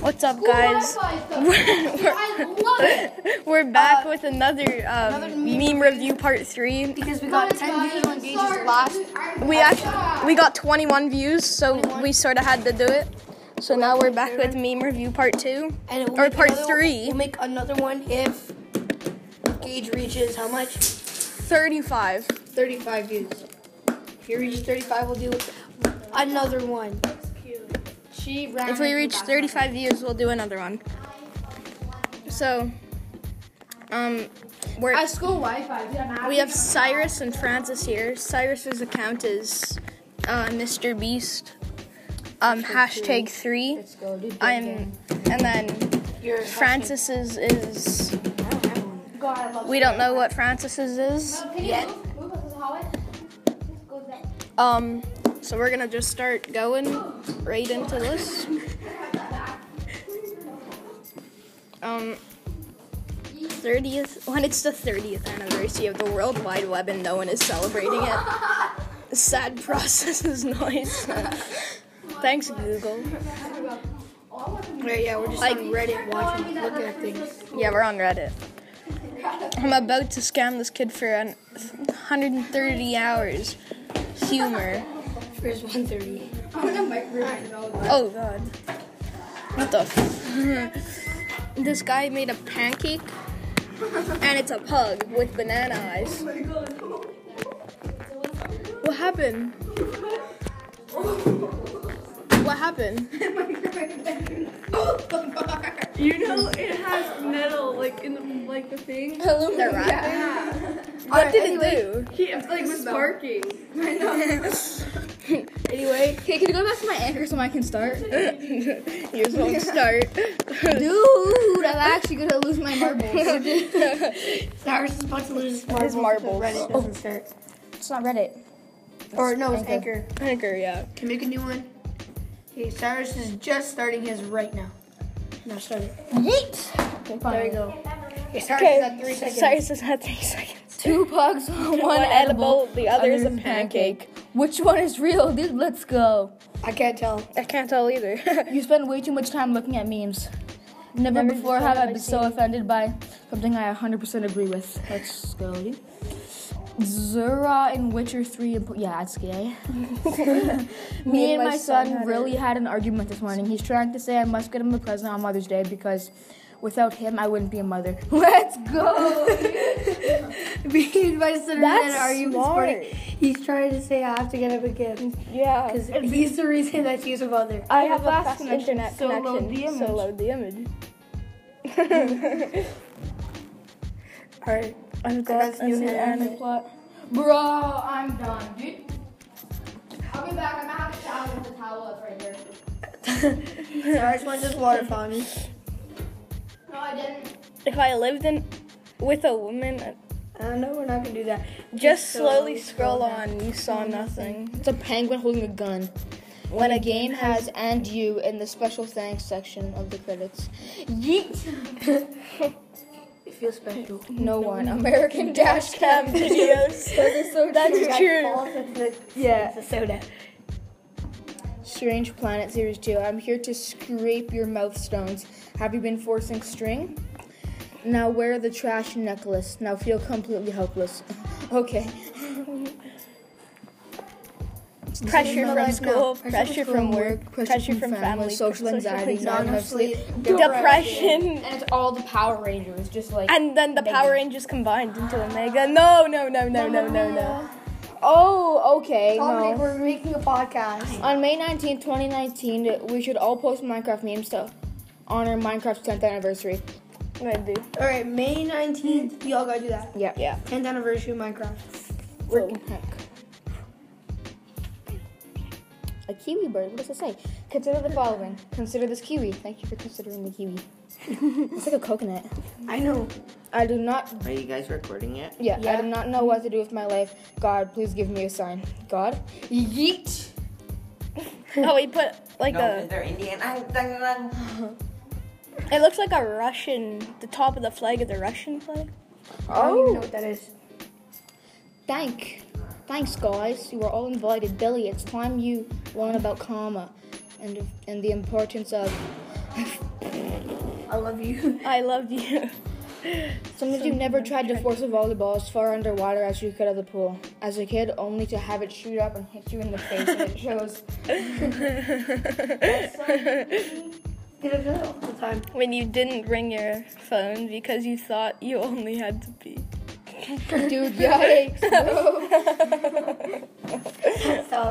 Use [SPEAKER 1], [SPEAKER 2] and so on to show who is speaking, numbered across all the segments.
[SPEAKER 1] What's up, guys?
[SPEAKER 2] I love it
[SPEAKER 1] We're back with another, um,
[SPEAKER 3] another
[SPEAKER 1] meme,
[SPEAKER 3] meme
[SPEAKER 1] review part three.
[SPEAKER 3] because we got 10 views on Gage just last.
[SPEAKER 1] We actually we got 21 views, so we sort of had to do it. So now we're back with meme review part two
[SPEAKER 3] And we'll
[SPEAKER 1] or
[SPEAKER 3] make
[SPEAKER 1] part
[SPEAKER 3] another-
[SPEAKER 1] three.
[SPEAKER 3] We'll make another one if Gage reaches how much?
[SPEAKER 1] 35.
[SPEAKER 3] 35 views. If he reaches 35, we'll do another one.
[SPEAKER 2] She
[SPEAKER 1] If we reach 35 views, we'll do another one. So, um, we're
[SPEAKER 2] I school Wi-Fi. Dude, I'm happy.
[SPEAKER 1] we have Cyrus and Francis here. Cyrus's account is uh, Mr. Beast. Um, hashtag three.
[SPEAKER 3] Let's go, dude.
[SPEAKER 1] I'm, and then
[SPEAKER 3] Your
[SPEAKER 1] Francis's is.
[SPEAKER 3] I don't have one.
[SPEAKER 2] God, I love
[SPEAKER 1] We don't know what Francis's is.
[SPEAKER 2] Can you
[SPEAKER 3] Yeah.
[SPEAKER 2] move- move us to the hallway? Just go there.
[SPEAKER 1] Um, so we're gonna just start going right into this. Um, 30th, when it's the 30th anniversary of the World Wide Web and no one is celebrating it, sad process is noise. Thanks, Google.
[SPEAKER 3] Yeah, yeah, we're just
[SPEAKER 1] Like-
[SPEAKER 3] like, on Reddit watching, looking at things.
[SPEAKER 1] Yeah, we're on Reddit. I'm about to scam this kid for an 130 hours. Humor.
[SPEAKER 3] Here's 130.
[SPEAKER 1] Oh god. What the? F- this guy made a pancake, and it's a pug with banana eyes. What happened? What happened?
[SPEAKER 4] You know it has metal like in the like the thing.
[SPEAKER 1] Hello, the rat. What did it
[SPEAKER 4] He it's like was barking.
[SPEAKER 3] Anyway,
[SPEAKER 5] Okay, can you go back to my anchor so I can start?
[SPEAKER 1] do? Here's one start.
[SPEAKER 5] Dude, I'm actually gonna lose my marbles.
[SPEAKER 3] Cyrus is about to lose his marbles. Oh.
[SPEAKER 1] His marbles.
[SPEAKER 3] Reddit doesn't start.
[SPEAKER 5] it's not Reddit.
[SPEAKER 3] Or no, it's Anchor.
[SPEAKER 1] Anchor, yeah.
[SPEAKER 3] Can you make a new one? Okay, Cyrus is just starting his right now. Now start it.
[SPEAKER 5] Yeet!
[SPEAKER 3] Okay, fine. There you go. Okay, Cyrus is at three seconds.
[SPEAKER 1] Cyrus is at three seconds.
[SPEAKER 5] Two pugs, one,
[SPEAKER 1] One edible, the other is a
[SPEAKER 5] other's
[SPEAKER 1] pancake.
[SPEAKER 5] Which one is real, dude? Let's go.
[SPEAKER 3] I can't tell.
[SPEAKER 1] I can't tell either.
[SPEAKER 5] You spend way too much time looking at memes. Never,
[SPEAKER 1] Never
[SPEAKER 5] before
[SPEAKER 1] before
[SPEAKER 5] have I
[SPEAKER 1] have I
[SPEAKER 5] been so offended by something I 100% agree with. Let's go, dude. Zura in Witcher 3. and- Yeah, that's gay. Me and my son
[SPEAKER 1] had
[SPEAKER 5] really had an argument this morning. He's trying to say I must get him a present on Mother's Day because without him, I wouldn't be a mother. Let's go!
[SPEAKER 3] Me and my son are
[SPEAKER 1] That's
[SPEAKER 3] in an argument this morning. He's trying to say I have to get him again
[SPEAKER 1] yeah.
[SPEAKER 3] because he's the reason that she's a mother.
[SPEAKER 1] I
[SPEAKER 5] have
[SPEAKER 1] have,
[SPEAKER 5] a
[SPEAKER 1] a
[SPEAKER 5] fast
[SPEAKER 1] fast internet
[SPEAKER 5] so
[SPEAKER 1] connection,
[SPEAKER 5] load the
[SPEAKER 1] so
[SPEAKER 5] image.
[SPEAKER 1] load the image.
[SPEAKER 3] All right.
[SPEAKER 1] I've
[SPEAKER 3] got a new anime
[SPEAKER 5] plot.
[SPEAKER 4] Bro,
[SPEAKER 2] Oh,
[SPEAKER 4] I'm done, dude.
[SPEAKER 2] I'll be back. I'm gonna have a shower with the towel up right here.
[SPEAKER 3] Cyrus wants his water fountain.
[SPEAKER 2] No, I didn't.
[SPEAKER 1] If I lived in with a woman, uh,
[SPEAKER 3] Uh, no, we're not gonna do that.
[SPEAKER 1] just
[SPEAKER 3] So
[SPEAKER 1] slowly
[SPEAKER 3] scroll
[SPEAKER 1] scroll on, you saw nothing.
[SPEAKER 5] It's a penguin holding a gun. When a game has and you in the special thanks section of the credits. Yeet!
[SPEAKER 3] It feels special.
[SPEAKER 5] No one. American dash
[SPEAKER 1] Cam
[SPEAKER 5] cam.
[SPEAKER 1] Um, videos.
[SPEAKER 5] so
[SPEAKER 1] That's true.
[SPEAKER 3] Falls into the,
[SPEAKER 5] Yeah.
[SPEAKER 3] the soda.
[SPEAKER 5] Strange Planet Series 2. I'm here to scrape your mouth stones. Have you been forcing string? Now wear the trash necklace. Now feel completely helpless. okay.
[SPEAKER 1] Pressure
[SPEAKER 5] Life
[SPEAKER 1] from
[SPEAKER 5] now.
[SPEAKER 1] school, pressure from work, pressure from family,
[SPEAKER 5] social anxiety,
[SPEAKER 3] Not enough sleep.
[SPEAKER 1] depression,
[SPEAKER 5] And it's all the Power Rangers, just like.
[SPEAKER 1] and then the Power Rangers combined into Omega. No, no, no, no, no, no, no.
[SPEAKER 5] oh, okay.
[SPEAKER 3] Dominic,
[SPEAKER 5] No.
[SPEAKER 3] we're making a podcast.
[SPEAKER 5] On May 19, 2019, we should all post Minecraft memes to honor Minecraft's 10th anniversary.
[SPEAKER 1] Maybe.
[SPEAKER 3] All right, May 19th, y'all gotta do that.
[SPEAKER 5] Yeah.
[SPEAKER 1] Yeah.
[SPEAKER 3] 10th anniversary of Minecraft.
[SPEAKER 5] Freaking heck. A kiwi bird. What does it say? Consider the following. Consider this kiwi. Thank you for considering the kiwi. it's like a coconut.
[SPEAKER 3] I know.
[SPEAKER 5] I do not.
[SPEAKER 6] Are you guys recording it?
[SPEAKER 5] Yeah, I do not know what to do with my life. God, please give me a sign. God. Yeet.
[SPEAKER 1] Oh, he put like
[SPEAKER 6] No,
[SPEAKER 1] a.
[SPEAKER 6] they're Indian. I'm dun, dun, dun.
[SPEAKER 1] It looks like a Russian. The top of the flag of the Russian flag.
[SPEAKER 3] I don't
[SPEAKER 5] Oh.
[SPEAKER 3] even know what that is.
[SPEAKER 5] Thank. Thanks, guys. You are all invited. Billy, it's time you learn about karma and and the importance of
[SPEAKER 3] I love you.
[SPEAKER 1] I love you.
[SPEAKER 5] Some of you never tried to force a volleyball as far underwater as you could at the pool. As a kid, only to have it shoot up and hit you in the face when it chose.
[SPEAKER 1] When you didn't bring your phone because you thought you only had to pee.
[SPEAKER 5] Dude, yikes. bro.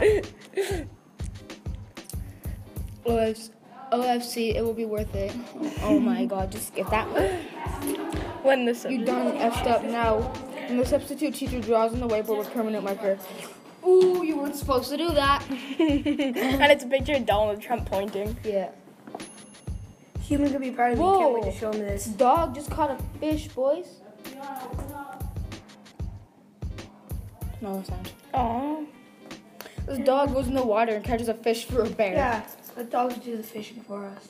[SPEAKER 5] OFC, OFC, it will be worth it. Oh my god, just get that one.
[SPEAKER 1] When the sun.
[SPEAKER 5] You done effed up now. And the substitute teacher draws on the whiteboard with permanent marker. Ooh, you weren't supposed to do that.
[SPEAKER 1] and it's a picture of Donald Trump pointing.
[SPEAKER 5] Yeah.
[SPEAKER 3] Human could be proud of me. Can't wait to show him this.
[SPEAKER 5] Dog just caught a fish, boys. No sound.
[SPEAKER 1] Aww.
[SPEAKER 5] This dog goes in the water and catches a fish for a bear.
[SPEAKER 3] Yeah, the dogs do the fishing for us.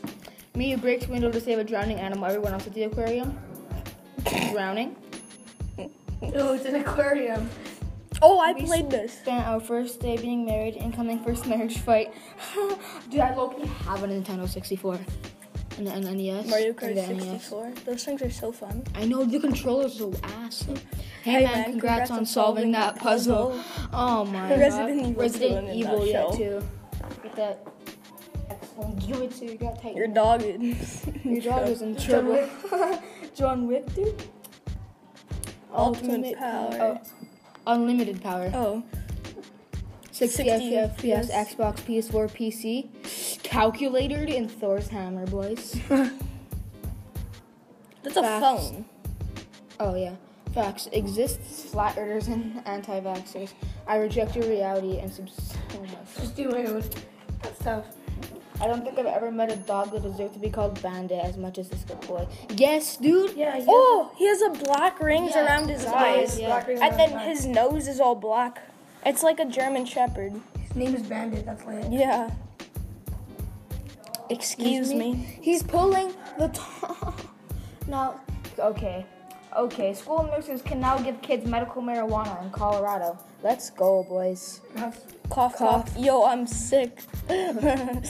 [SPEAKER 5] Me breaks window to save a drowning animal. Everyone else at the aquarium drowning.
[SPEAKER 3] No, it's an aquarium.
[SPEAKER 1] Oh, I played this.
[SPEAKER 5] Spent our first day being married, incoming first marriage fight. Dude, I low-key have a Nintendo 64 and an E NES.
[SPEAKER 1] Mario
[SPEAKER 5] and
[SPEAKER 1] Kart
[SPEAKER 5] the NES.
[SPEAKER 1] 64. Those things are so fun.
[SPEAKER 5] I know the controllers are ass. Hey, man, congrats, on solving that puzzle. Oh my
[SPEAKER 1] Resident
[SPEAKER 5] god.
[SPEAKER 1] Evil's
[SPEAKER 5] Resident
[SPEAKER 1] doing it in
[SPEAKER 5] Evil,
[SPEAKER 1] that
[SPEAKER 5] yeah,
[SPEAKER 1] show.
[SPEAKER 5] too. With that excellent joy too. You got tight.
[SPEAKER 1] Your dog is.
[SPEAKER 5] Your dog is in trouble. John Wick, dude.
[SPEAKER 1] Ultimate power.
[SPEAKER 5] Oh, unlimited power.
[SPEAKER 1] Oh.
[SPEAKER 5] 60
[SPEAKER 1] 60 FPS.
[SPEAKER 5] FPS, Xbox, PS4, PC. Calculated in Thor's hammer, boys.
[SPEAKER 1] That's a
[SPEAKER 5] Facts.
[SPEAKER 1] phone.
[SPEAKER 5] Oh yeah. Facts. Exists flat earthers and anti vaxxers. I reject your reality and subs- oh my God.
[SPEAKER 3] Just do my own. That's tough.
[SPEAKER 5] I don't think I've ever met a dog that deserved to be called bandit as much as this good boy. Yes, dude.
[SPEAKER 3] Yeah. yeah.
[SPEAKER 1] Oh, he has a black rings
[SPEAKER 5] Yeah,
[SPEAKER 1] around his
[SPEAKER 5] his eyes,
[SPEAKER 1] eyes.
[SPEAKER 5] yeah.
[SPEAKER 1] And then his nose is all black. It's like a German Shepherd.
[SPEAKER 3] his name is Bandit. That's lit.
[SPEAKER 1] Yeah. Excuse me.
[SPEAKER 5] He's pulling the top. now, okay. Okay, school nurses can now give kids medical marijuana in Colorado. Let's go, boys.
[SPEAKER 1] Cough, cough. Yo, I'm sick.
[SPEAKER 5] Hello,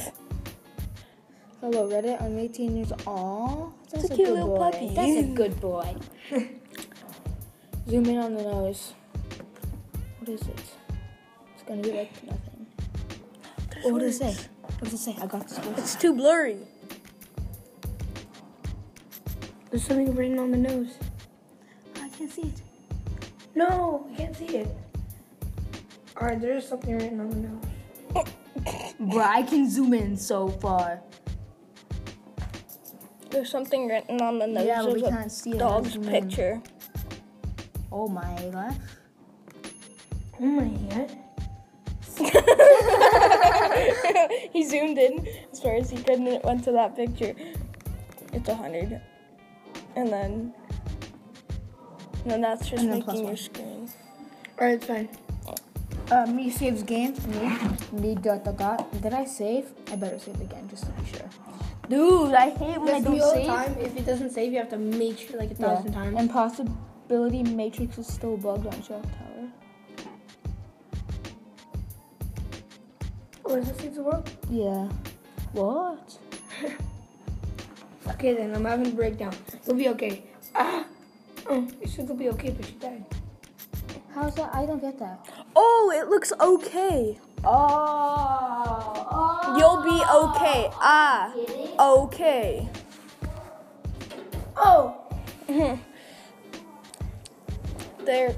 [SPEAKER 5] Reddit. I'm 18 years old. That's,
[SPEAKER 1] a cute
[SPEAKER 5] good
[SPEAKER 1] little
[SPEAKER 5] boy.
[SPEAKER 1] puppy.
[SPEAKER 5] That's a good boy. Zoom in on the nose. What is it? It's gonna be like nothing. Oh, what does it say? What does it say? I got this. one.
[SPEAKER 1] it's too blurry.
[SPEAKER 3] There's something written on the nose.
[SPEAKER 1] I can't see it.
[SPEAKER 3] No, I can't see it. All right, there is something written on the nose.
[SPEAKER 5] Bruh, I can zoom in so far.
[SPEAKER 1] There's something written on the nose
[SPEAKER 5] Yeah, but
[SPEAKER 1] of
[SPEAKER 5] we
[SPEAKER 1] a
[SPEAKER 5] can't see it. Mm.
[SPEAKER 1] dog's
[SPEAKER 5] Zoom in.
[SPEAKER 1] picture.
[SPEAKER 5] Oh my gosh.
[SPEAKER 3] Oh my god.
[SPEAKER 1] he zoomed in as far as he could and it went to that picture. It's a hundred. And then No, that's just
[SPEAKER 5] And then plus
[SPEAKER 1] making your
[SPEAKER 5] one.
[SPEAKER 1] screen.
[SPEAKER 3] All right, it's fine.
[SPEAKER 5] Uh, me saves game. Me, me dot dot dot. Did I save? I better save again just to be sure. Dude, I hate when I
[SPEAKER 3] That's
[SPEAKER 5] don't
[SPEAKER 3] the only
[SPEAKER 5] save.
[SPEAKER 3] time. If it doesn't save, you have to make sure like a
[SPEAKER 5] Yeah.
[SPEAKER 3] thousand times.
[SPEAKER 5] Impossibility Matrix is still bugged on Shock Tower.
[SPEAKER 3] Oh, is this save the world?
[SPEAKER 5] Yeah. What?
[SPEAKER 3] Okay, then I'm having a breakdown. It'll be okay. Ah, oh, you said it'll be okay, but she died.
[SPEAKER 5] How's that? I don't get that.
[SPEAKER 1] Oh, it looks okay.
[SPEAKER 5] Oh.
[SPEAKER 3] Ah.
[SPEAKER 1] You'll be okay. Ah, okay.
[SPEAKER 3] Oh,
[SPEAKER 1] They're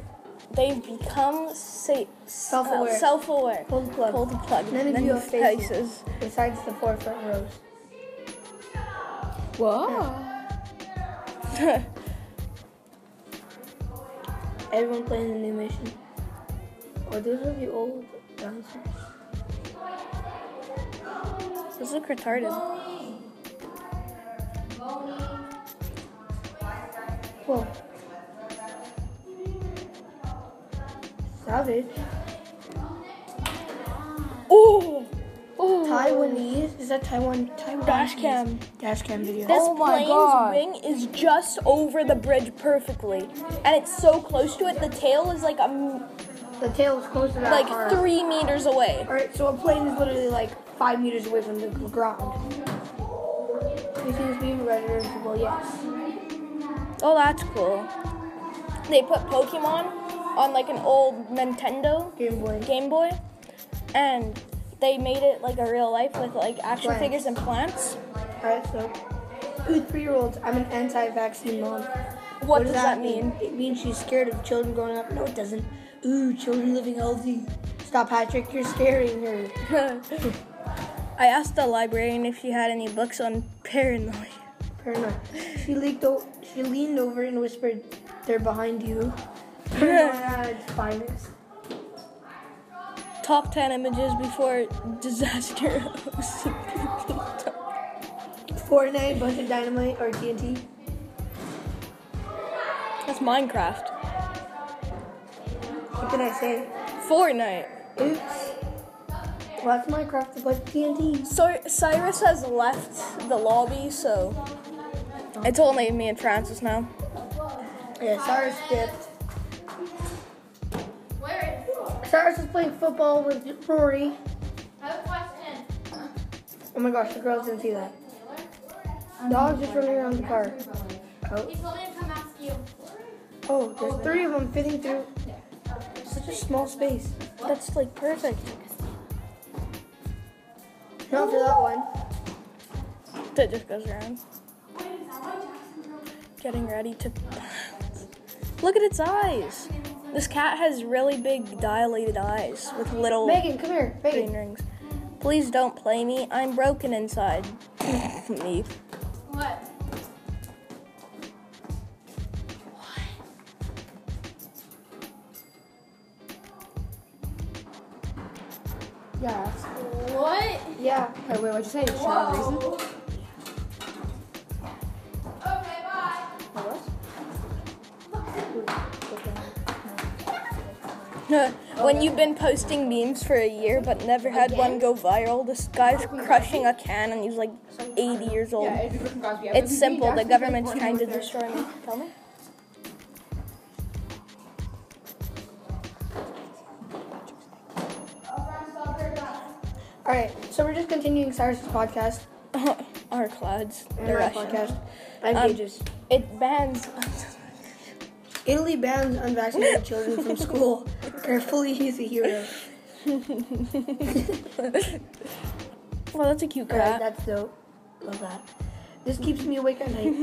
[SPEAKER 1] they've become sa- uh,
[SPEAKER 3] Self-aware.
[SPEAKER 1] self-aware.
[SPEAKER 3] Hold the plug.
[SPEAKER 1] Pull the plug.
[SPEAKER 3] None of
[SPEAKER 1] Then
[SPEAKER 3] you
[SPEAKER 1] the
[SPEAKER 3] have faces.
[SPEAKER 1] faces.
[SPEAKER 3] Besides the four front rows.
[SPEAKER 5] Whoa.
[SPEAKER 3] Everyone playing the new mission. Oh, those are the old dinosaurs.
[SPEAKER 1] Those look retarded.
[SPEAKER 3] Whoa. Savage.
[SPEAKER 1] Ooh,
[SPEAKER 3] Taiwanese? Is that Taiwan? Taiwan?
[SPEAKER 1] dash cam.
[SPEAKER 3] Dash cam video.
[SPEAKER 1] This
[SPEAKER 5] Oh my
[SPEAKER 1] plane's
[SPEAKER 5] God.
[SPEAKER 1] wing is just over the bridge perfectly, and it's so close to it. The tail is like a m-
[SPEAKER 3] The tail is close to that
[SPEAKER 1] like
[SPEAKER 3] car.
[SPEAKER 1] three meters away.
[SPEAKER 3] Alright, so a plane is literally like five meters away from the ground. Refuse being registerable, yes.
[SPEAKER 1] Oh, that's cool. They put Pokemon on like an old Nintendo
[SPEAKER 3] Game Boy.
[SPEAKER 1] Game Boy, and they made it like a real life with like action
[SPEAKER 3] Plants.
[SPEAKER 1] figures and plants.
[SPEAKER 3] Alright, so food three year olds, I'm an anti vaccine mom. What,
[SPEAKER 1] What, does, that mean?
[SPEAKER 3] It means she's scared of children growing up. No, it doesn't. Ooh, children living healthy. Stop, Patrick, you're scaring her.
[SPEAKER 1] I asked the librarian if she had any books on paranoia.
[SPEAKER 3] Paranoid. She leaked o- she leaned over and whispered, They're behind you. Paranoid's finest.
[SPEAKER 1] Top 10 images before disaster.
[SPEAKER 3] Fortnite, bunch of dynamite, or TNT.
[SPEAKER 1] That's Minecraft.
[SPEAKER 3] What can I say?
[SPEAKER 1] Fortnite.
[SPEAKER 3] Oops. Well, that's Minecraft, but TNT.
[SPEAKER 1] So Cyrus has left the lobby, so it's only me and Francis now.
[SPEAKER 3] Yeah, Cyrus dipped. Cyrus is playing football with Rory.
[SPEAKER 2] I have a question.
[SPEAKER 3] Oh my gosh, the girls didn't see that. Dogs just running around the car. Oh,
[SPEAKER 2] He told me to come ask you.
[SPEAKER 3] oh, there's three of them fitting through such a small space.
[SPEAKER 1] That's like perfect.
[SPEAKER 3] Not for that one.
[SPEAKER 1] That just goes around. Getting ready to. Look at its eyes. This cat has really big dilated eyes with little
[SPEAKER 3] Megan, come here.
[SPEAKER 1] green
[SPEAKER 3] Megan.
[SPEAKER 1] rings. Please don't play me. I'm broken inside. me.
[SPEAKER 2] What?
[SPEAKER 5] Yeah.
[SPEAKER 2] What?
[SPEAKER 3] Yeah.
[SPEAKER 5] Wait, wait, what'd you say? It's not reason?
[SPEAKER 2] Okay, bye.
[SPEAKER 1] when you've been posting memes for a year but never had one go viral, this guy's crushing a can and he's like 80 years old.
[SPEAKER 4] Yeah, it'd be Griffin Cosby. I would
[SPEAKER 1] It's
[SPEAKER 4] be
[SPEAKER 1] simple. The
[SPEAKER 4] actually, like,
[SPEAKER 1] government's
[SPEAKER 4] one
[SPEAKER 1] trying to
[SPEAKER 4] over there.
[SPEAKER 1] destroy me. Tell me.
[SPEAKER 3] All right, so we're just continuing Cyrus's podcast.
[SPEAKER 1] Our clouds.
[SPEAKER 3] and
[SPEAKER 1] They're
[SPEAKER 3] my
[SPEAKER 1] Russian.
[SPEAKER 3] podcast. I'm
[SPEAKER 1] Um,
[SPEAKER 3] Pages.
[SPEAKER 1] It bans.
[SPEAKER 3] Italy bans unvaccinated children from school. Carefully, he's a hero.
[SPEAKER 1] Well, that's a cute
[SPEAKER 3] All right,
[SPEAKER 1] cat.
[SPEAKER 3] that's dope. Love that. This keeps me awake at night.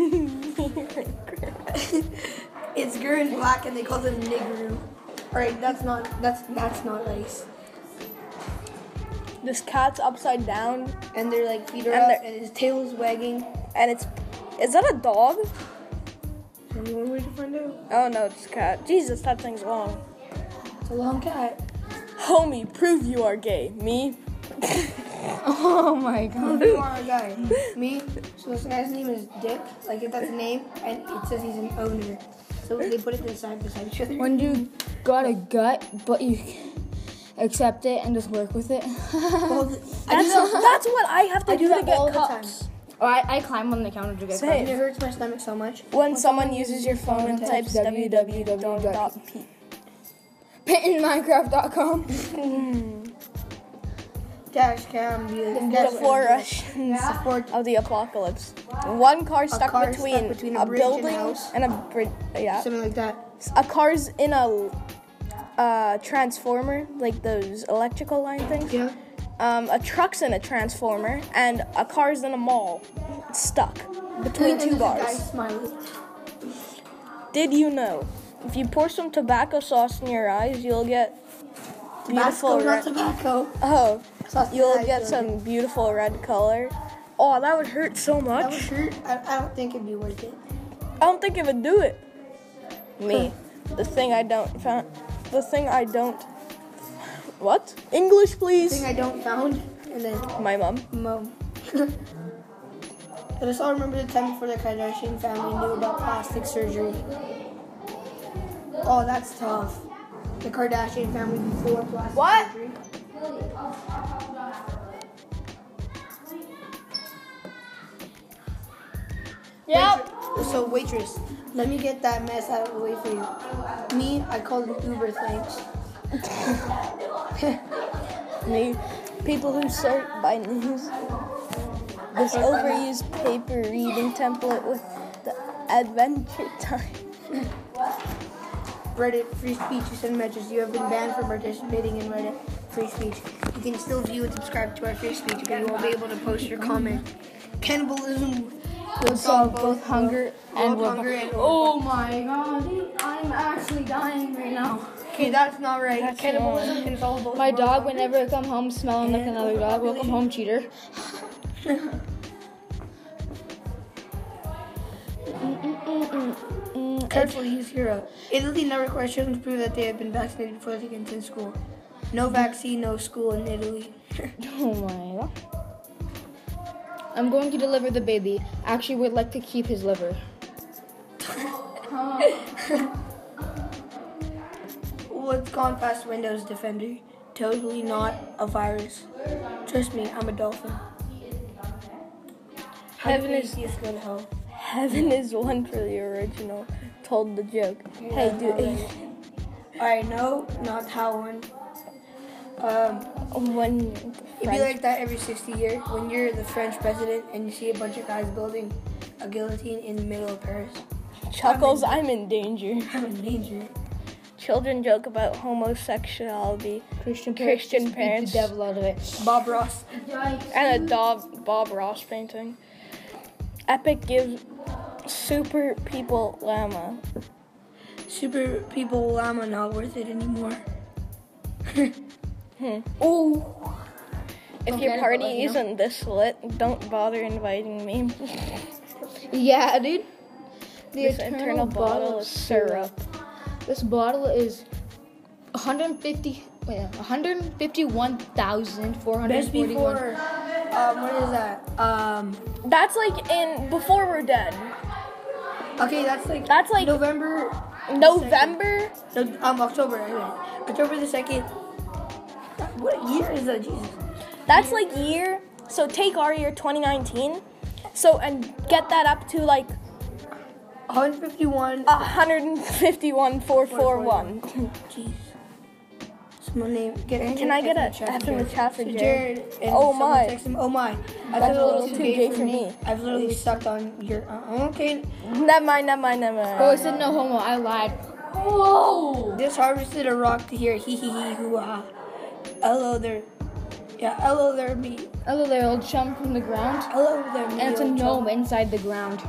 [SPEAKER 3] it's girl in black and they call it a nigger. Alright, that's not that's that's not nice.
[SPEAKER 1] This cat's upside down,
[SPEAKER 3] And they're like feet are
[SPEAKER 1] And
[SPEAKER 3] up
[SPEAKER 1] they're-
[SPEAKER 3] and his tail is wagging.
[SPEAKER 1] and it's. Is that a dog?
[SPEAKER 3] There's only one way to find out.
[SPEAKER 1] Oh no, it's a cat. Jesus, that thing's long.
[SPEAKER 3] It's a long cat.
[SPEAKER 1] Homie, prove you are gay. Me?
[SPEAKER 5] Oh my god.
[SPEAKER 3] You are a guy. Me? So this guy's name is Dick. Like if that's a name and it says he's an owner. So they put it side beside each other.
[SPEAKER 5] When you got a gut, but you accept it and just work with it.
[SPEAKER 3] All the- I do
[SPEAKER 1] That's,
[SPEAKER 3] that,
[SPEAKER 1] that's what I have to
[SPEAKER 3] I
[SPEAKER 1] do,
[SPEAKER 3] do
[SPEAKER 1] to
[SPEAKER 3] that
[SPEAKER 1] get
[SPEAKER 3] all the time.
[SPEAKER 1] cups.
[SPEAKER 5] Or I, I climb on the counter to get
[SPEAKER 1] Same.
[SPEAKER 5] coffee.
[SPEAKER 3] And it hurts my stomach so much.
[SPEAKER 1] When someone uses your phone and types
[SPEAKER 5] Types
[SPEAKER 1] www.p.
[SPEAKER 5] PittonMinecraft.com.
[SPEAKER 3] Dash cam view.
[SPEAKER 1] The
[SPEAKER 3] Dash
[SPEAKER 1] four
[SPEAKER 3] cam view.
[SPEAKER 1] Russians
[SPEAKER 3] Support
[SPEAKER 1] of the apocalypse. One car stuck
[SPEAKER 3] car stuck
[SPEAKER 1] between,
[SPEAKER 3] between a
[SPEAKER 1] a,
[SPEAKER 3] bridge and a
[SPEAKER 1] building
[SPEAKER 3] house.
[SPEAKER 1] and a bridge. Yeah.
[SPEAKER 3] something like that.
[SPEAKER 1] A car's in a uh, transformer, like those electrical line things.
[SPEAKER 3] Yeah.
[SPEAKER 1] Um, a truck's in a transformer, and a car's in a mall. It's stuck between two
[SPEAKER 3] Guys
[SPEAKER 1] bars.
[SPEAKER 3] smiling.
[SPEAKER 1] Did you know? If you pour some tobacco sauce in your eyes, you'll get beautiful
[SPEAKER 3] Tobacco, not
[SPEAKER 1] red.
[SPEAKER 3] tobacco.
[SPEAKER 1] Oh,
[SPEAKER 3] Sauce in your
[SPEAKER 1] you'll
[SPEAKER 3] eyes,
[SPEAKER 1] get
[SPEAKER 3] you'll
[SPEAKER 1] some beautiful red color. Oh, that would hurt so
[SPEAKER 3] That would
[SPEAKER 1] much.
[SPEAKER 3] hurt. I, I don't think it'd be worth it.
[SPEAKER 1] I don't think it would do it. Me, the thing I don't found, the thing I don't. What? English,
[SPEAKER 3] Thing
[SPEAKER 1] please.
[SPEAKER 3] I don't found, and then
[SPEAKER 1] My mom.
[SPEAKER 3] mom. Let us all remember the time before the Kardashian family knew about plastic surgery. Oh, that's tough. The Kardashian family before plastic
[SPEAKER 1] What?
[SPEAKER 3] surgery. Waitre- So waitress, let me get that mess out of the way for you. Me, I called an Uber, thanks.
[SPEAKER 1] Me. People who search by news.
[SPEAKER 4] this overused paper reading template with the Adventure Time.
[SPEAKER 3] Reddit free speech. You send messages. You have been banned from participating in Reddit free speech. You can still view and subscribe to our free speech, but you won't be able to post your comment. Cannibalism will solve both hunger and world hunger and
[SPEAKER 5] Oh my god, I'm actually dying right now.
[SPEAKER 3] Okay, that's not right. Cannibalism Oh. can solve both.
[SPEAKER 5] My dog, whenever I come home, smelling like another dog. Welcome home, cheater.
[SPEAKER 3] Carefully use hero. Italy now requires children to prove that they have been vaccinated before they can attend school. No vaccine, no school in Italy.
[SPEAKER 5] Oh my god. I'm going to deliver the baby. Actually, would like to keep his liver.
[SPEAKER 3] What's gone past Windows Defender? Totally not a virus. Trust me, I'm a dolphin.
[SPEAKER 4] Heaven is
[SPEAKER 3] easiest going to hell.
[SPEAKER 4] heaven is one for the original. Told the joke. Hey, dude.
[SPEAKER 3] Alright, no, not that one. Um,
[SPEAKER 4] One.
[SPEAKER 3] it'd be like that every 60 year when you're the French president and you see a bunch of guys building a guillotine in the middle of Paris.
[SPEAKER 4] Chuckles, I'm in danger.
[SPEAKER 3] I'm in danger.
[SPEAKER 4] Children joke about homosexuality.
[SPEAKER 5] Christian
[SPEAKER 4] Christian
[SPEAKER 5] beat
[SPEAKER 4] parents.
[SPEAKER 5] the devil out of it.
[SPEAKER 3] Bob Ross.
[SPEAKER 4] and a Dob, Bob Ross painting. Epic gives super people llama.
[SPEAKER 3] Super people llama not worth it anymore.
[SPEAKER 4] Ooh. If
[SPEAKER 5] Don't get
[SPEAKER 4] your
[SPEAKER 5] it,
[SPEAKER 4] party
[SPEAKER 5] but, you know.
[SPEAKER 4] isn't this lit, don't bother inviting me.
[SPEAKER 5] Yeah, dude. The
[SPEAKER 4] This internal bottle is syrup.
[SPEAKER 5] This bottle is 150. Wait, no, 151,441.
[SPEAKER 3] Best before. Um, what is that? Um,
[SPEAKER 4] That's like in Before We're Dead.
[SPEAKER 3] okay, that's like
[SPEAKER 4] That's like
[SPEAKER 3] November.
[SPEAKER 4] November.
[SPEAKER 3] No, um, October. I mean. October the second. What year is that? Jesus.
[SPEAKER 4] That's like year. So take our year 2019. So and get that up to like
[SPEAKER 3] 151.
[SPEAKER 4] Uh, 151,441.
[SPEAKER 3] Jeez. So my name. Get,
[SPEAKER 4] Can I get a F in the chat for Jared?
[SPEAKER 3] and
[SPEAKER 4] Oh
[SPEAKER 3] someone
[SPEAKER 4] my.
[SPEAKER 3] Text him, oh my. I
[SPEAKER 4] That's
[SPEAKER 3] feel a little too gay for me.
[SPEAKER 4] me.
[SPEAKER 3] I've literally sucked on your. Uh, okay.
[SPEAKER 4] Never mind, never mind, never mind.
[SPEAKER 5] Oh, I said no homo. I lied. Whoa!
[SPEAKER 3] This harvested a rock to hear hee hee hee hoo ha. Hello there. Yeah, hello there, me.
[SPEAKER 5] Hello there, old chum from the ground.
[SPEAKER 3] Hello there, me.
[SPEAKER 5] And it's a
[SPEAKER 3] old
[SPEAKER 5] gnome inside the ground.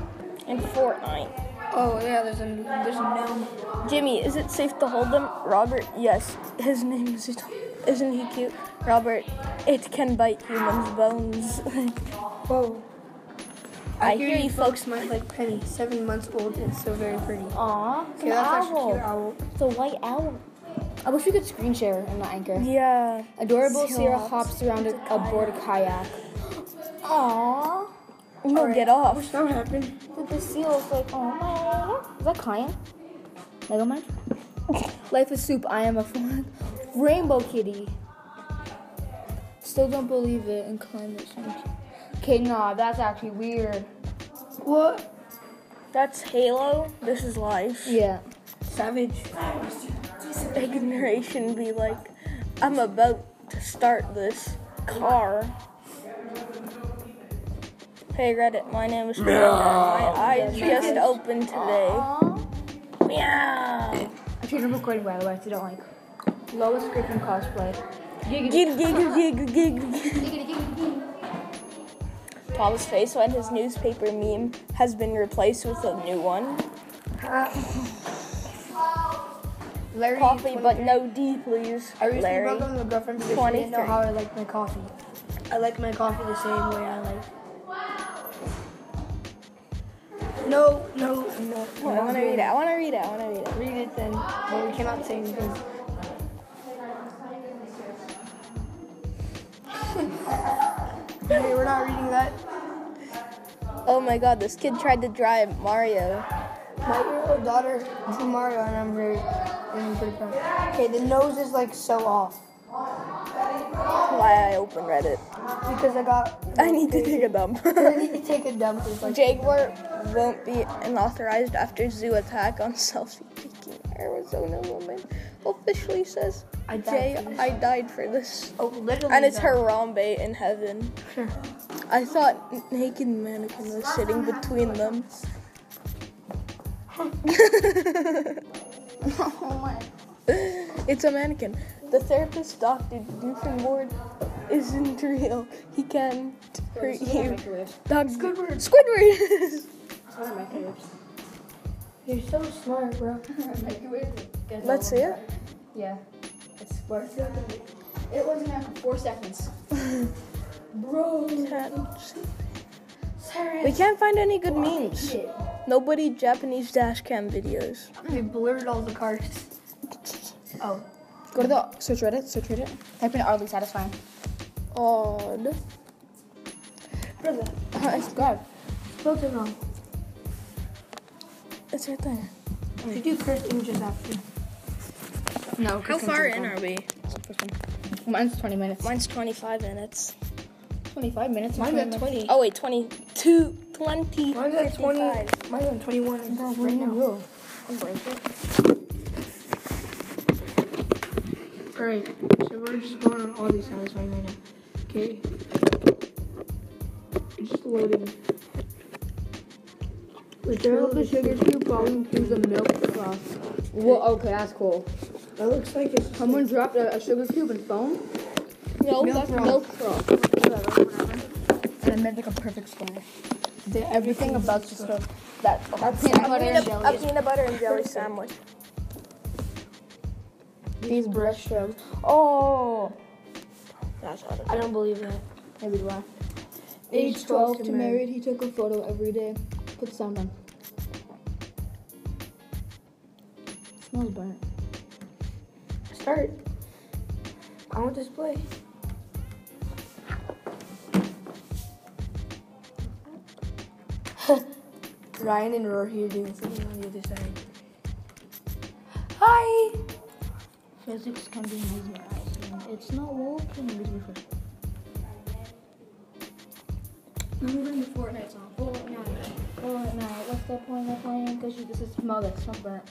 [SPEAKER 4] In Fortnite.
[SPEAKER 3] Oh yeah, there's a there's a gnome.
[SPEAKER 4] Jimmy, is it safe to hold them? Robert, yes. His name is Ito. Isn't he cute? Robert, it can bite humans' bones.
[SPEAKER 3] Whoa.
[SPEAKER 4] I hear you folks
[SPEAKER 3] might like Penny, seven months old and so very pretty.
[SPEAKER 5] Aw, it's
[SPEAKER 3] Okay,
[SPEAKER 5] an
[SPEAKER 3] that's actually a
[SPEAKER 5] owl.
[SPEAKER 3] cute owl.
[SPEAKER 5] It's a white owl. I wish we could screen share and not anchor.
[SPEAKER 4] yeah.
[SPEAKER 5] Adorable
[SPEAKER 4] Seahawks.
[SPEAKER 5] Sierra hops around a, aboard a kayak. Aww.
[SPEAKER 4] No, get off.
[SPEAKER 3] That would happen.
[SPEAKER 5] But the seal is like, oh my. Is that Kyan? Lego Mind? Life is soup. I am a fun. Rainbow kitty. Still don't believe it in climate change. Okay, nah, that's actually weird.
[SPEAKER 3] What?
[SPEAKER 4] That's Halo. This is life.
[SPEAKER 5] Yeah.
[SPEAKER 3] Savage.
[SPEAKER 4] Ignoration be like, I'm about to start this car. Hey Reddit, my name is Meow. My eyes just opened today. Meow.
[SPEAKER 5] I turned the recording by the way, if you don't like. Lowest Griffin cosplay.
[SPEAKER 4] Gig, gig, gig, gig, gig. Tom's face when his newspaper meme has been replaced with a new one.
[SPEAKER 3] Larry.
[SPEAKER 4] Coffee, but no D, please.
[SPEAKER 3] I recently
[SPEAKER 4] Larry.
[SPEAKER 3] broke up with my girlfriend because she didn't know
[SPEAKER 4] 23.
[SPEAKER 3] how I like my coffee. I like my coffee the same way I like. No, no, no.
[SPEAKER 4] I want to read it. I want to read it. I want to read it.
[SPEAKER 3] Read it then. But we cannot say anything. hey, we're not reading that.
[SPEAKER 4] Oh my god, this kid tried to drive Mario.
[SPEAKER 3] My year-old daughter drew Mario, and I'm very, I'm pretty proud. Okay, the nose is like so off
[SPEAKER 4] That's why I opened Reddit.
[SPEAKER 3] because I got.
[SPEAKER 4] I need to take a dump.
[SPEAKER 3] I need to take a dump. It's like
[SPEAKER 4] Jaguar won't be unauthorized after zoo attack on selfie taking. Arizona woman officially says,
[SPEAKER 3] I died
[SPEAKER 4] Jay,
[SPEAKER 3] for this."
[SPEAKER 4] I died for this.
[SPEAKER 3] oh, literally.
[SPEAKER 4] And it's
[SPEAKER 3] though.
[SPEAKER 4] Harambe in heaven.
[SPEAKER 1] I thought naked mannequin was sitting between them. it's a mannequin. The therapist, Dr. Doofenward, isn't real. He can't hurt you. Doc- Squidward. Squidward.
[SPEAKER 3] You're so smart, bro.
[SPEAKER 1] Let's see it.
[SPEAKER 3] Yeah. It's smart.
[SPEAKER 2] It wasn't after four seconds.
[SPEAKER 1] We can't find any good memes. Nobody Japanese dash cam videos.
[SPEAKER 5] Mm,
[SPEAKER 3] They blurred all the cards.
[SPEAKER 5] Go to the search Reddit. Search Reddit. Oh. Type in oddly satisfying.
[SPEAKER 1] Odd.
[SPEAKER 5] I subscribe.
[SPEAKER 3] Spelled it wrong.
[SPEAKER 1] It's right there.
[SPEAKER 3] You should do cursed images after.
[SPEAKER 5] No. Chris Hemsworth.
[SPEAKER 1] are we?
[SPEAKER 5] Mine's 20 minutes.
[SPEAKER 1] Mine's 25 minutes.
[SPEAKER 5] 25 minutes.
[SPEAKER 3] Mine's at 20.
[SPEAKER 1] Oh wait, 22, 20.
[SPEAKER 3] Mine's at 20. Mine's at 21 right now. Alright, so we're just going on all these sides right now. Okay. It's just loading. Withdraw the sugar cube falling through the milk froth.
[SPEAKER 5] Well, okay, that's cool.
[SPEAKER 3] That looks like it's
[SPEAKER 5] Someone dropped a, a sugar cube and foam.
[SPEAKER 1] No, that's
[SPEAKER 5] Milk froth. And I made like a perfect square. The- everything about the stuff that that peanut butter and jelly.
[SPEAKER 1] a peanut butter and jelly sandwich.
[SPEAKER 5] These brush strokes. Oh,
[SPEAKER 1] That's odd.
[SPEAKER 5] I don't believe that. Maybe do I. Age 12 to married, he took a photo every day. Put the sound on. Smells burnt.
[SPEAKER 3] Start. I want display. Ryan and Rory are doing something on the other side. Hi!
[SPEAKER 5] Physics can be used It's not working.
[SPEAKER 2] Remember in the Fortnite song? Fortnite.
[SPEAKER 5] Oh, no. What's the point of playing? Because you just smell that. Smells burnt.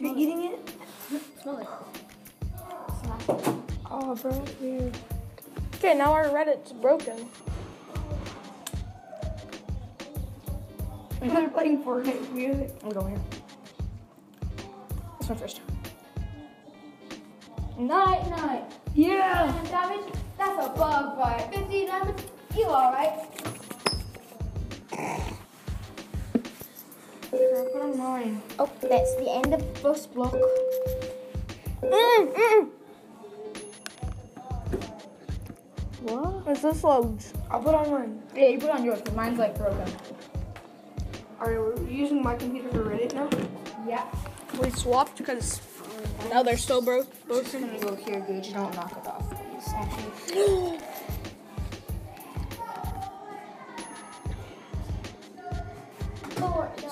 [SPEAKER 3] You're eating it?
[SPEAKER 5] Smell it.
[SPEAKER 3] Oh, bro, it's weird.
[SPEAKER 1] Okay, now our Reddit's broken.
[SPEAKER 3] They're playing Fortnite. Weird.
[SPEAKER 5] I'm going here. That's my first.
[SPEAKER 2] Night, night.
[SPEAKER 3] Yeah!
[SPEAKER 2] Diamond damage? That's a bug bite. 50 damage? You alright?
[SPEAKER 3] Put on mine.
[SPEAKER 5] Oh, that's the end of first block.
[SPEAKER 1] Is this loads?
[SPEAKER 3] I'll put on mine.
[SPEAKER 5] Yeah, you put on yours. 'cause Mine's like broken.
[SPEAKER 3] Alright, we're using my computer for Reddit now.
[SPEAKER 1] We swapped because now they're still broke.
[SPEAKER 5] I'm gonna go here, Gage. Don't knock it off.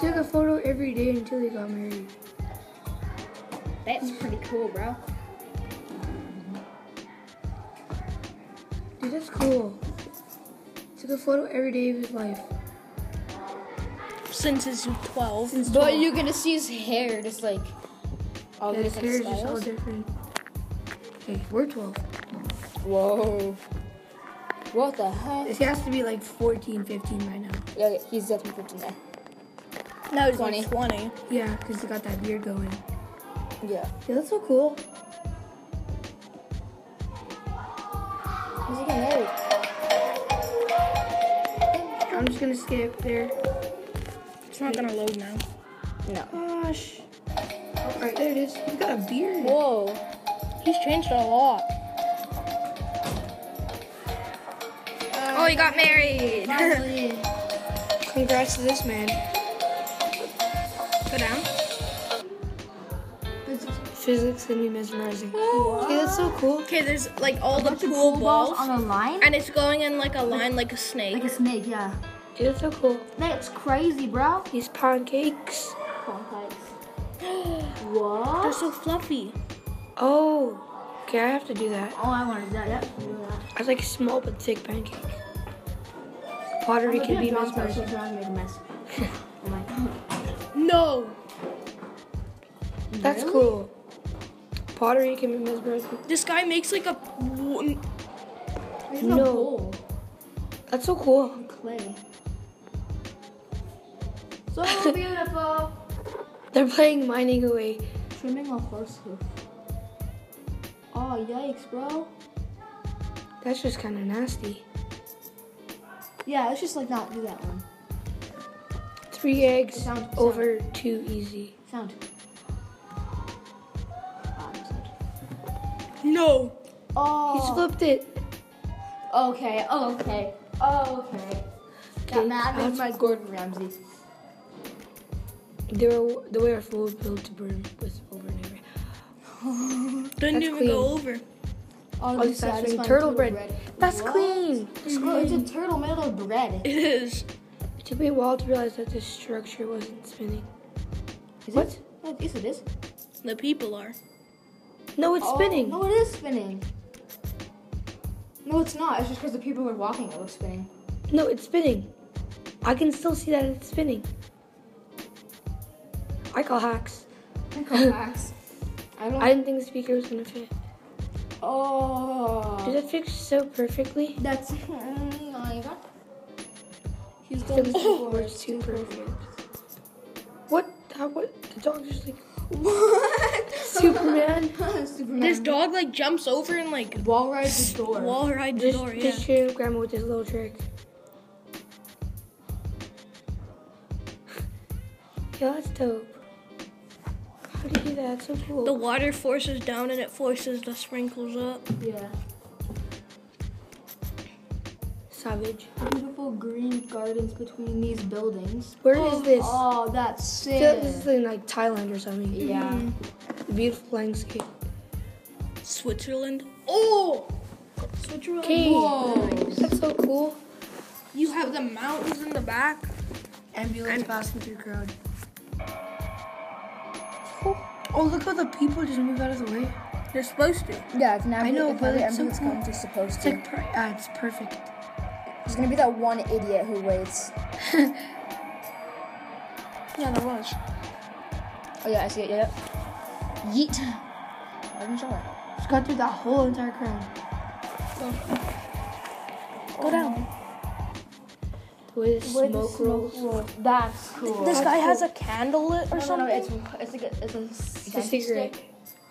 [SPEAKER 3] Took a photo every day until he got married.
[SPEAKER 5] That's pretty cool, bro.
[SPEAKER 3] Dude, that's cool. Took a photo every day of his life.
[SPEAKER 1] Since it's 12.
[SPEAKER 5] But you're gonna see his hair, just like all
[SPEAKER 3] Yeah, his
[SPEAKER 5] these
[SPEAKER 3] hair is
[SPEAKER 5] like,
[SPEAKER 3] just all
[SPEAKER 5] styles.
[SPEAKER 3] different. Okay, we're 12.
[SPEAKER 5] Whoa. What the heck?
[SPEAKER 3] This has to be like 14, 15 right now.
[SPEAKER 5] Yeah, yeah, he's definitely 15 there.
[SPEAKER 1] Now he's
[SPEAKER 5] 20.
[SPEAKER 1] like 20.
[SPEAKER 3] Yeah, because he got that beard going.
[SPEAKER 5] Yeah.
[SPEAKER 3] Yeah, that's so cool.
[SPEAKER 5] He's getting married.
[SPEAKER 3] I'm just gonna skip there.
[SPEAKER 1] It's not gonna load now.
[SPEAKER 5] No.
[SPEAKER 3] Gosh. Alright, there it is. He got a beard.
[SPEAKER 5] Whoa.
[SPEAKER 1] He's changed a lot. oh, he got married.
[SPEAKER 3] Congrats to this man.
[SPEAKER 1] Go down.
[SPEAKER 3] Physics can be mesmerizing. Okay, that's so cool.
[SPEAKER 1] Okay, there's like all the pool balls,
[SPEAKER 5] on the line?
[SPEAKER 1] and it's going in like a line like a snake.
[SPEAKER 5] Like a snake, yeah.
[SPEAKER 3] Dude, that's so cool.
[SPEAKER 5] That's crazy, bro.
[SPEAKER 3] These pancakes.
[SPEAKER 5] Whoa.
[SPEAKER 1] They're so fluffy.
[SPEAKER 3] Oh. Okay, I have to do that.
[SPEAKER 5] Oh, I wanted that. Yep.
[SPEAKER 3] I like small but thick pancake. Pottery can be mesmerizing.
[SPEAKER 5] make a mess. oh my god.
[SPEAKER 1] No.
[SPEAKER 3] That's cool. Pottery can be mesmerizing.
[SPEAKER 1] This guy makes like a.
[SPEAKER 3] No.
[SPEAKER 5] That's so cool.
[SPEAKER 3] Clay.
[SPEAKER 2] So beautiful.
[SPEAKER 3] They're playing mining away.
[SPEAKER 5] Trimming a horse hoof. Oh, yikes, bro.
[SPEAKER 3] That's just kind of nasty.
[SPEAKER 5] Yeah, let's just like not do that one.
[SPEAKER 3] Three eggs
[SPEAKER 5] Sound- sound.
[SPEAKER 3] over too easy.
[SPEAKER 5] Sound. Ah,
[SPEAKER 3] No, he's
[SPEAKER 5] Oh.
[SPEAKER 3] flipped it.
[SPEAKER 5] Okay. Okay. Okay. Got
[SPEAKER 3] Okay,
[SPEAKER 5] mad.
[SPEAKER 3] that's-
[SPEAKER 5] That's my Gordon Ramsay.
[SPEAKER 3] They were the way our floor built to burn was over and over.
[SPEAKER 4] Didn't
[SPEAKER 3] That's
[SPEAKER 4] even
[SPEAKER 3] clean.
[SPEAKER 4] go over.
[SPEAKER 5] All
[SPEAKER 3] Oh,
[SPEAKER 5] the
[SPEAKER 3] this is actually
[SPEAKER 5] satisfying
[SPEAKER 3] turtle bread. Mm-hmm. That's
[SPEAKER 5] What?
[SPEAKER 3] clean.
[SPEAKER 5] Screw- It's a turtle made of bread.
[SPEAKER 4] It is.
[SPEAKER 3] It took me a while to realize that this structure wasn't spinning.
[SPEAKER 5] Is
[SPEAKER 3] What?
[SPEAKER 5] It? Oh, yes, it is.
[SPEAKER 4] The people are.
[SPEAKER 3] No, it's
[SPEAKER 5] Oh,
[SPEAKER 3] spinning.
[SPEAKER 5] No, it is spinning. No, it's not. It's just because the people are walking. It looks spinning.
[SPEAKER 3] No, it's spinning. I can still see that it's spinning. I call hacks.
[SPEAKER 5] Relax. I don't.
[SPEAKER 3] I didn't think the speaker was gonna fit.
[SPEAKER 5] oh.
[SPEAKER 3] Did it fix so perfectly?
[SPEAKER 5] That's. Oh, you got- He's
[SPEAKER 3] The
[SPEAKER 5] done this
[SPEAKER 3] floor
[SPEAKER 5] before.
[SPEAKER 3] was too perfect. What? How? What? The dog just like Superman.
[SPEAKER 4] This dog like jumps over and like
[SPEAKER 5] Wall rides the door.
[SPEAKER 4] wall rides the
[SPEAKER 3] Just,
[SPEAKER 4] door. Yeah.
[SPEAKER 3] just shooting grandma with his little trick. Yo, that's dope. How do you do that? That's so cool.
[SPEAKER 4] The water forces down and it forces the sprinkles up.
[SPEAKER 5] Yeah.
[SPEAKER 3] Savage.
[SPEAKER 5] Beautiful green gardens between these buildings.
[SPEAKER 3] Where is this?
[SPEAKER 5] Oh, that's
[SPEAKER 3] I
[SPEAKER 5] sick.
[SPEAKER 3] feel like this is in like Thailand or something. Mm-hmm.
[SPEAKER 5] yeah.
[SPEAKER 3] Beautiful landscape.
[SPEAKER 4] Switzerland. Oh, Switzerland.
[SPEAKER 3] Okay. That's so cool.
[SPEAKER 4] You have the mountains in the back.
[SPEAKER 3] Ambulance passing through crowd. Oh, look how the people just move out of the way.
[SPEAKER 4] They're supposed to.
[SPEAKER 5] Yeah, it's an
[SPEAKER 3] I know, but it's so
[SPEAKER 5] ambulance
[SPEAKER 3] cool.
[SPEAKER 5] comes, it's supposed
[SPEAKER 3] It's
[SPEAKER 5] to.
[SPEAKER 3] like, per- ah, it's perfect.
[SPEAKER 5] There's gonna be that one idiot who waits.
[SPEAKER 4] Yeah, there was.
[SPEAKER 5] Oh yeah, I see it. Yeah. Yeet. I didn't show it.
[SPEAKER 3] Just got through that whole entire crowd.
[SPEAKER 5] Go down.
[SPEAKER 3] The way the smoke rolls.
[SPEAKER 5] That's cool.
[SPEAKER 4] This guy has a candle lit
[SPEAKER 5] No,
[SPEAKER 4] or
[SPEAKER 5] no,
[SPEAKER 4] something.
[SPEAKER 5] no, it's it's like a, it's a,
[SPEAKER 3] It's a cigarette.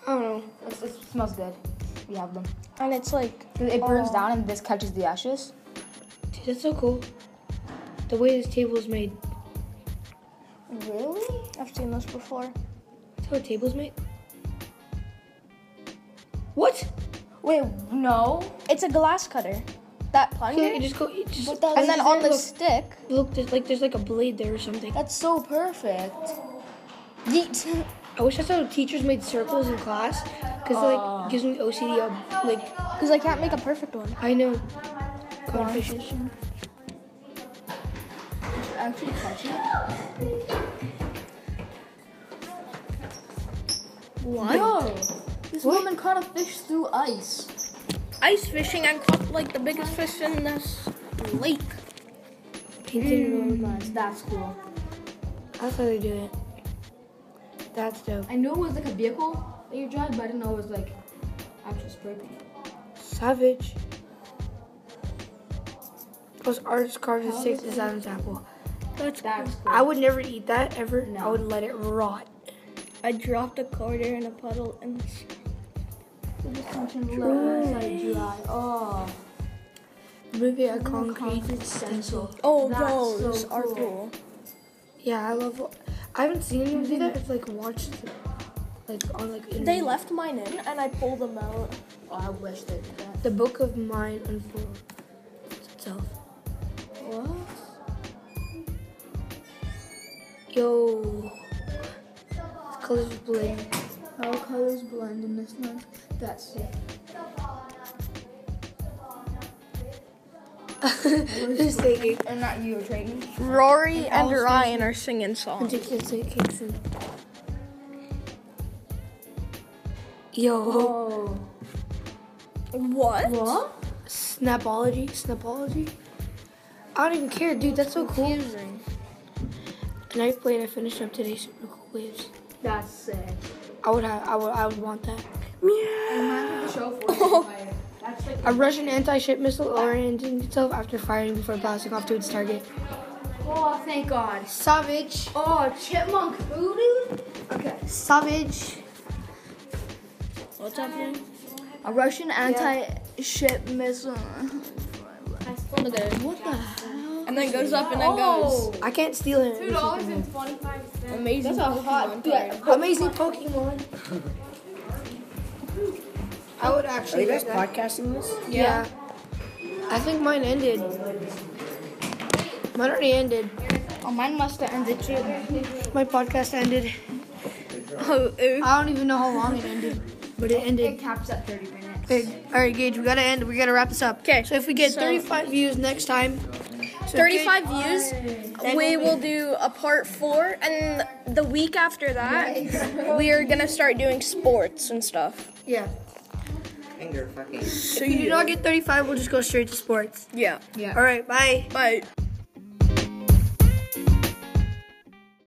[SPEAKER 3] I don't know.
[SPEAKER 5] It's, it smells good. We have them.
[SPEAKER 4] and it's like
[SPEAKER 5] It burns down and this catches the ashes.
[SPEAKER 3] Dude, that's so cool. The way this table is made.
[SPEAKER 5] Really?
[SPEAKER 4] I've seen this before.
[SPEAKER 3] That's how a table's made? What?
[SPEAKER 5] Wait, no.
[SPEAKER 4] It's a glass cutter. That
[SPEAKER 3] Yeah, you
[SPEAKER 4] plunger.
[SPEAKER 3] just go. You just,
[SPEAKER 5] But that
[SPEAKER 3] like,
[SPEAKER 5] And then
[SPEAKER 3] there's
[SPEAKER 5] on
[SPEAKER 3] there,
[SPEAKER 5] the stick,
[SPEAKER 3] look, look, there's like there's like a blade there or something.
[SPEAKER 5] that's so perfect. Yeet.
[SPEAKER 3] I wish that's how teachers made circles in class, because like gives me OCD. Of, um, like
[SPEAKER 5] Because I can't make a perfect one.
[SPEAKER 3] I know. Competition.
[SPEAKER 5] Actually, catch it.
[SPEAKER 4] What?
[SPEAKER 5] Yo, this woman caught a fish through ice.
[SPEAKER 4] Ice fishing. I caught like the biggest fish in this lake.
[SPEAKER 3] Painting mm.
[SPEAKER 5] That's cool.
[SPEAKER 3] That's how they do it. That's dope.
[SPEAKER 5] I knew it was like a vehicle that you drive, but I didn't know it was like actual spray paint.
[SPEAKER 3] Savage. Those artist carved in six is Adam's apple.
[SPEAKER 4] That's.
[SPEAKER 5] That's cool.
[SPEAKER 3] I would never eat that ever. I
[SPEAKER 5] No.
[SPEAKER 3] would let it rot.
[SPEAKER 4] I dropped a quarter in a puddle and.
[SPEAKER 5] Oh,
[SPEAKER 3] Maybe a concrete stencil.
[SPEAKER 4] Oh,
[SPEAKER 5] That's so
[SPEAKER 4] those are
[SPEAKER 5] cool.
[SPEAKER 4] cool.
[SPEAKER 3] Yeah, I love. I haven't seen anyone do that. I've like watched, it, like on like.
[SPEAKER 4] They
[SPEAKER 3] internet.
[SPEAKER 4] left mine in and I pulled them out.
[SPEAKER 5] I wish they did that.
[SPEAKER 3] the book of mine unfolds itself.
[SPEAKER 5] What?
[SPEAKER 3] Yo, the colors blend.
[SPEAKER 5] How colors blend in this night? That's it.
[SPEAKER 3] Just taking.
[SPEAKER 5] And not you, trading.
[SPEAKER 4] Rory and Ryan are singing songs.
[SPEAKER 3] Ridiculous cakes and. Yo,
[SPEAKER 5] Oh.
[SPEAKER 4] What?
[SPEAKER 5] What?
[SPEAKER 3] snapology, snapology. I don't even care, dude. That's so cool.
[SPEAKER 5] Confusing.
[SPEAKER 3] And I played. I finished up today's super cool waves.
[SPEAKER 5] That's sick.
[SPEAKER 3] I would have. I would. I would want that.
[SPEAKER 5] Reminds me of the show for That's
[SPEAKER 3] A Russian anti-ship missile orienting itself after firing before blasting off to its target.
[SPEAKER 2] Oh, thank God.
[SPEAKER 3] Savage.
[SPEAKER 2] Oh, chipmunk voodoo? Okay.
[SPEAKER 3] Savage.
[SPEAKER 1] What's happening? A Russian anti-ship missile. Look at it. What the
[SPEAKER 4] And then goes up and then goes.
[SPEAKER 3] I can't steal
[SPEAKER 2] Oh. Two
[SPEAKER 3] him.
[SPEAKER 2] dollars and twenty-five cents.
[SPEAKER 1] amazing?
[SPEAKER 3] Amazing Pokemon. I would actually get that.
[SPEAKER 7] podcasting this?
[SPEAKER 3] Yeah. I think mine ended. Mine already ended.
[SPEAKER 1] Oh, mine must have ended too.
[SPEAKER 3] My podcast ended.
[SPEAKER 1] Oh, ooh.
[SPEAKER 3] I don't even know how long it ended, but it ended.
[SPEAKER 2] It caps at thirty minutes.
[SPEAKER 3] Good. All right, Gage, we gotta end. We gotta wrap this up.
[SPEAKER 4] 'Kay.
[SPEAKER 3] So if we get
[SPEAKER 4] So-
[SPEAKER 3] 35 views next time, so Gage-
[SPEAKER 4] 35 views. We will do a part four, and the week after that, we are gonna start doing sports and stuff.
[SPEAKER 3] Yeah.
[SPEAKER 7] Finger fucking.
[SPEAKER 3] So if you do not get 35, we'll just go straight to sports.
[SPEAKER 4] Yeah.
[SPEAKER 3] All right, bye.
[SPEAKER 4] Bye.